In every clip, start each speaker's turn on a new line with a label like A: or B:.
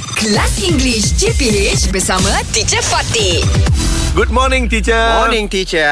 A: Kelas English CPH bersama Teacher Fatih.
B: Good morning, teacher.
C: Morning, teacher.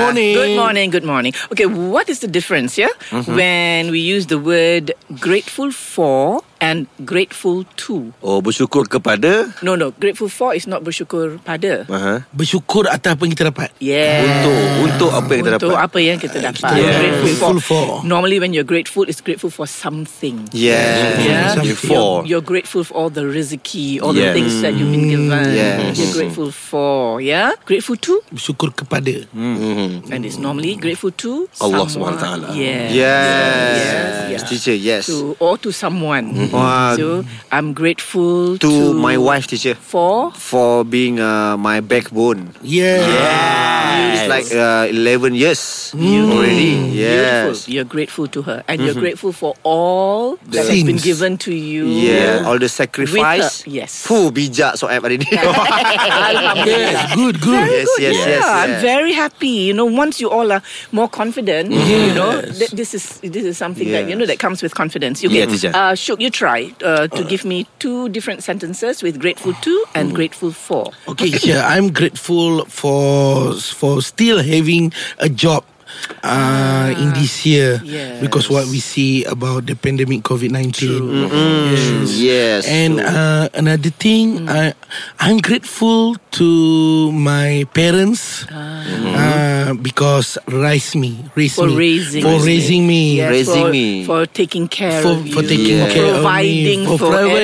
B: Morning.
D: Ah, Good morning, good morning. Okay, what is the difference, yeah?
C: Mm-hmm.
D: When we use the word grateful for and grateful to.
C: Oh, bersyukur kepada
D: No, no, grateful for is not bersyukur pada.
C: uh-huh.
B: Bersyukur atas apa yang kita dapat.
D: Yeah.
C: untuk untuk apa yang kita
D: Untuk
C: dapat.
D: apa yang kita dapat.
C: dapat.
B: Grateful for.
D: Normally when you're grateful, it's grateful for something.
C: Yes.
D: Yeah.
C: Something.
D: You're,
C: For.
D: you're grateful for all the rizki, all
C: Yes. Mm,
D: the things that you've been given.
C: Yes.
D: You're grateful for, yeah? Grateful to?
B: Bersyukur kepada.
D: Hmm.
C: Mhm.
D: And it's normally grateful to
C: Allah
D: someone.
C: Subhanahu Wa Taala.
D: Yes.
C: Yes. Teacher, yes.
D: to or to someone.
C: Wah.
D: So I'm grateful
C: To my wife, teacher,
D: for
C: for being uh, my backbone.
B: Yeah.
C: Yes. It's like uh, 11 years
D: you
C: already. Yes.
D: Beautiful. You're grateful to her, and you're grateful for all that has been
B: Things.
D: given to you.
C: Yeah, all the
D: With
C: sacrifice.
D: her, yes.
C: Fuh, bijak so app hari ni.
B: Yes. Good, good.
C: Yes, yes,
D: yeah,
C: yes,
D: I'm
C: yes.
D: very happy. You know, once you all are more confident, you know, th- this is this is something that you know
C: Yes.
D: that comes with confidence. You
C: Yeah,
D: get,
C: teacher.
D: uh, Shuk, you try uh, to give me two different sentences with grateful to and grateful for.
B: Okay, yeah, I'm grateful for for still having a job uh, in this
D: Ah,
B: year
D: yes.
B: because what we see about the pandemic COVID-19.
D: Mm-hmm.
B: Yes.
C: yes.
B: And
C: true.
B: uh, another
D: Mm.
B: thing, I I'm grateful to my parents uh, because raised me, raised
D: Ah. For
B: me,
D: raising
B: for
D: me.
B: raising me.
D: Yes,
C: Raising
D: for,
C: me.
D: for taking care
B: For,
D: of you,
B: for taking
C: Yeah.
B: care
D: providing
B: of me, for,
D: for
B: providing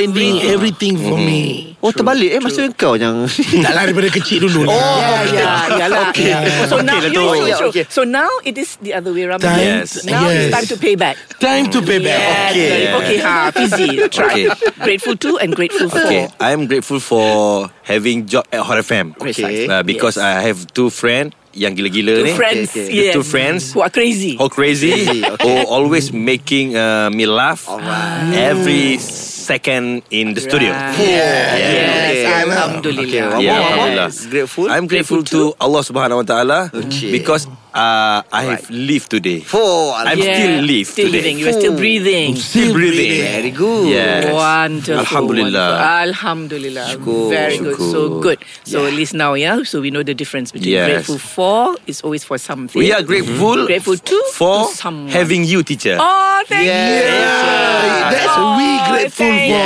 D: everything.
B: everything, for me.
C: oh, terbalik eh. Maksudnya kau yang...
B: Tak lah Mm-hmm. daripada kecil dulu. lah.
C: Oh.
D: Yeah, yeah, yeah, lah.
C: Okay.
D: Yeah. So
C: Okay
D: now,
C: lah tu.
D: you- you-
C: Yeah,
D: so,
C: okay.
D: so now it is the other way around.
B: Time-
D: Yes.
B: yes.
D: Now it's time to pay back.
B: Time to pay back.
D: Yes,
C: Okay.
D: very- Okay. Ha. Fizi. Try.
E: Okay.
D: Grateful to and grateful for.
E: Okay, I'm grateful for having job at Hot FM.
C: Okay.
E: Uh, because
D: Yes.
E: I have two friend yang gila-gila
D: Two
E: ni.
D: friends.
C: okay.
E: The
D: Yes.
E: two friends.
D: who are crazy.
E: How crazy.
C: Crazy, okay.
E: Oh, always making uh, me laugh
C: Alright.
E: every second in the studio.
D: Yeah. Yes.
C: Okay.
D: Alhamdulillah.
C: Okay, one
E: Yeah,
C: more, one more.
E: Alhamdulillah.
C: Grateful.
E: I'm grateful, to Allah Subhanahu Wa Taala
C: Okay.
E: because uh, I have lived today.
C: Fuh,
E: I'm
D: Yeah.
E: still live
D: Still
E: today.
D: living. You are still breathing.
E: Still breathing.
C: Very good.
E: Yes.
D: Wonderful.
E: Alhamdulillah.
D: wonderful. Alhamdulillah.
C: Syukur.
D: Very good. So
E: Syukur.
D: good. So at least now, yeah. So we know the difference between
E: Yes.
D: grateful for is always for something.
E: We are grateful,
D: Grateful to-
E: for
D: to someone.
E: having you, teacher.
D: Oh, thank you.
B: Yeah. That's
D: oh,
B: we grateful
D: thank
B: for.
D: you.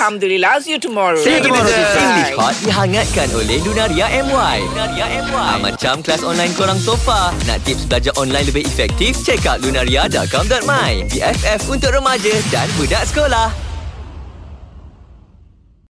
D: Alhamdulillah. I'll see you tomorrow.
C: See you tomorrow, teacher.
F: English Hot dihangatkan oleh Lunaria MY. Lunaria MY. Ah, macam kelas online korang sofa. Nak tips belajar online lebih efektif? Check out lunaria.com.my. BFF untuk remaja dan budak sekolah.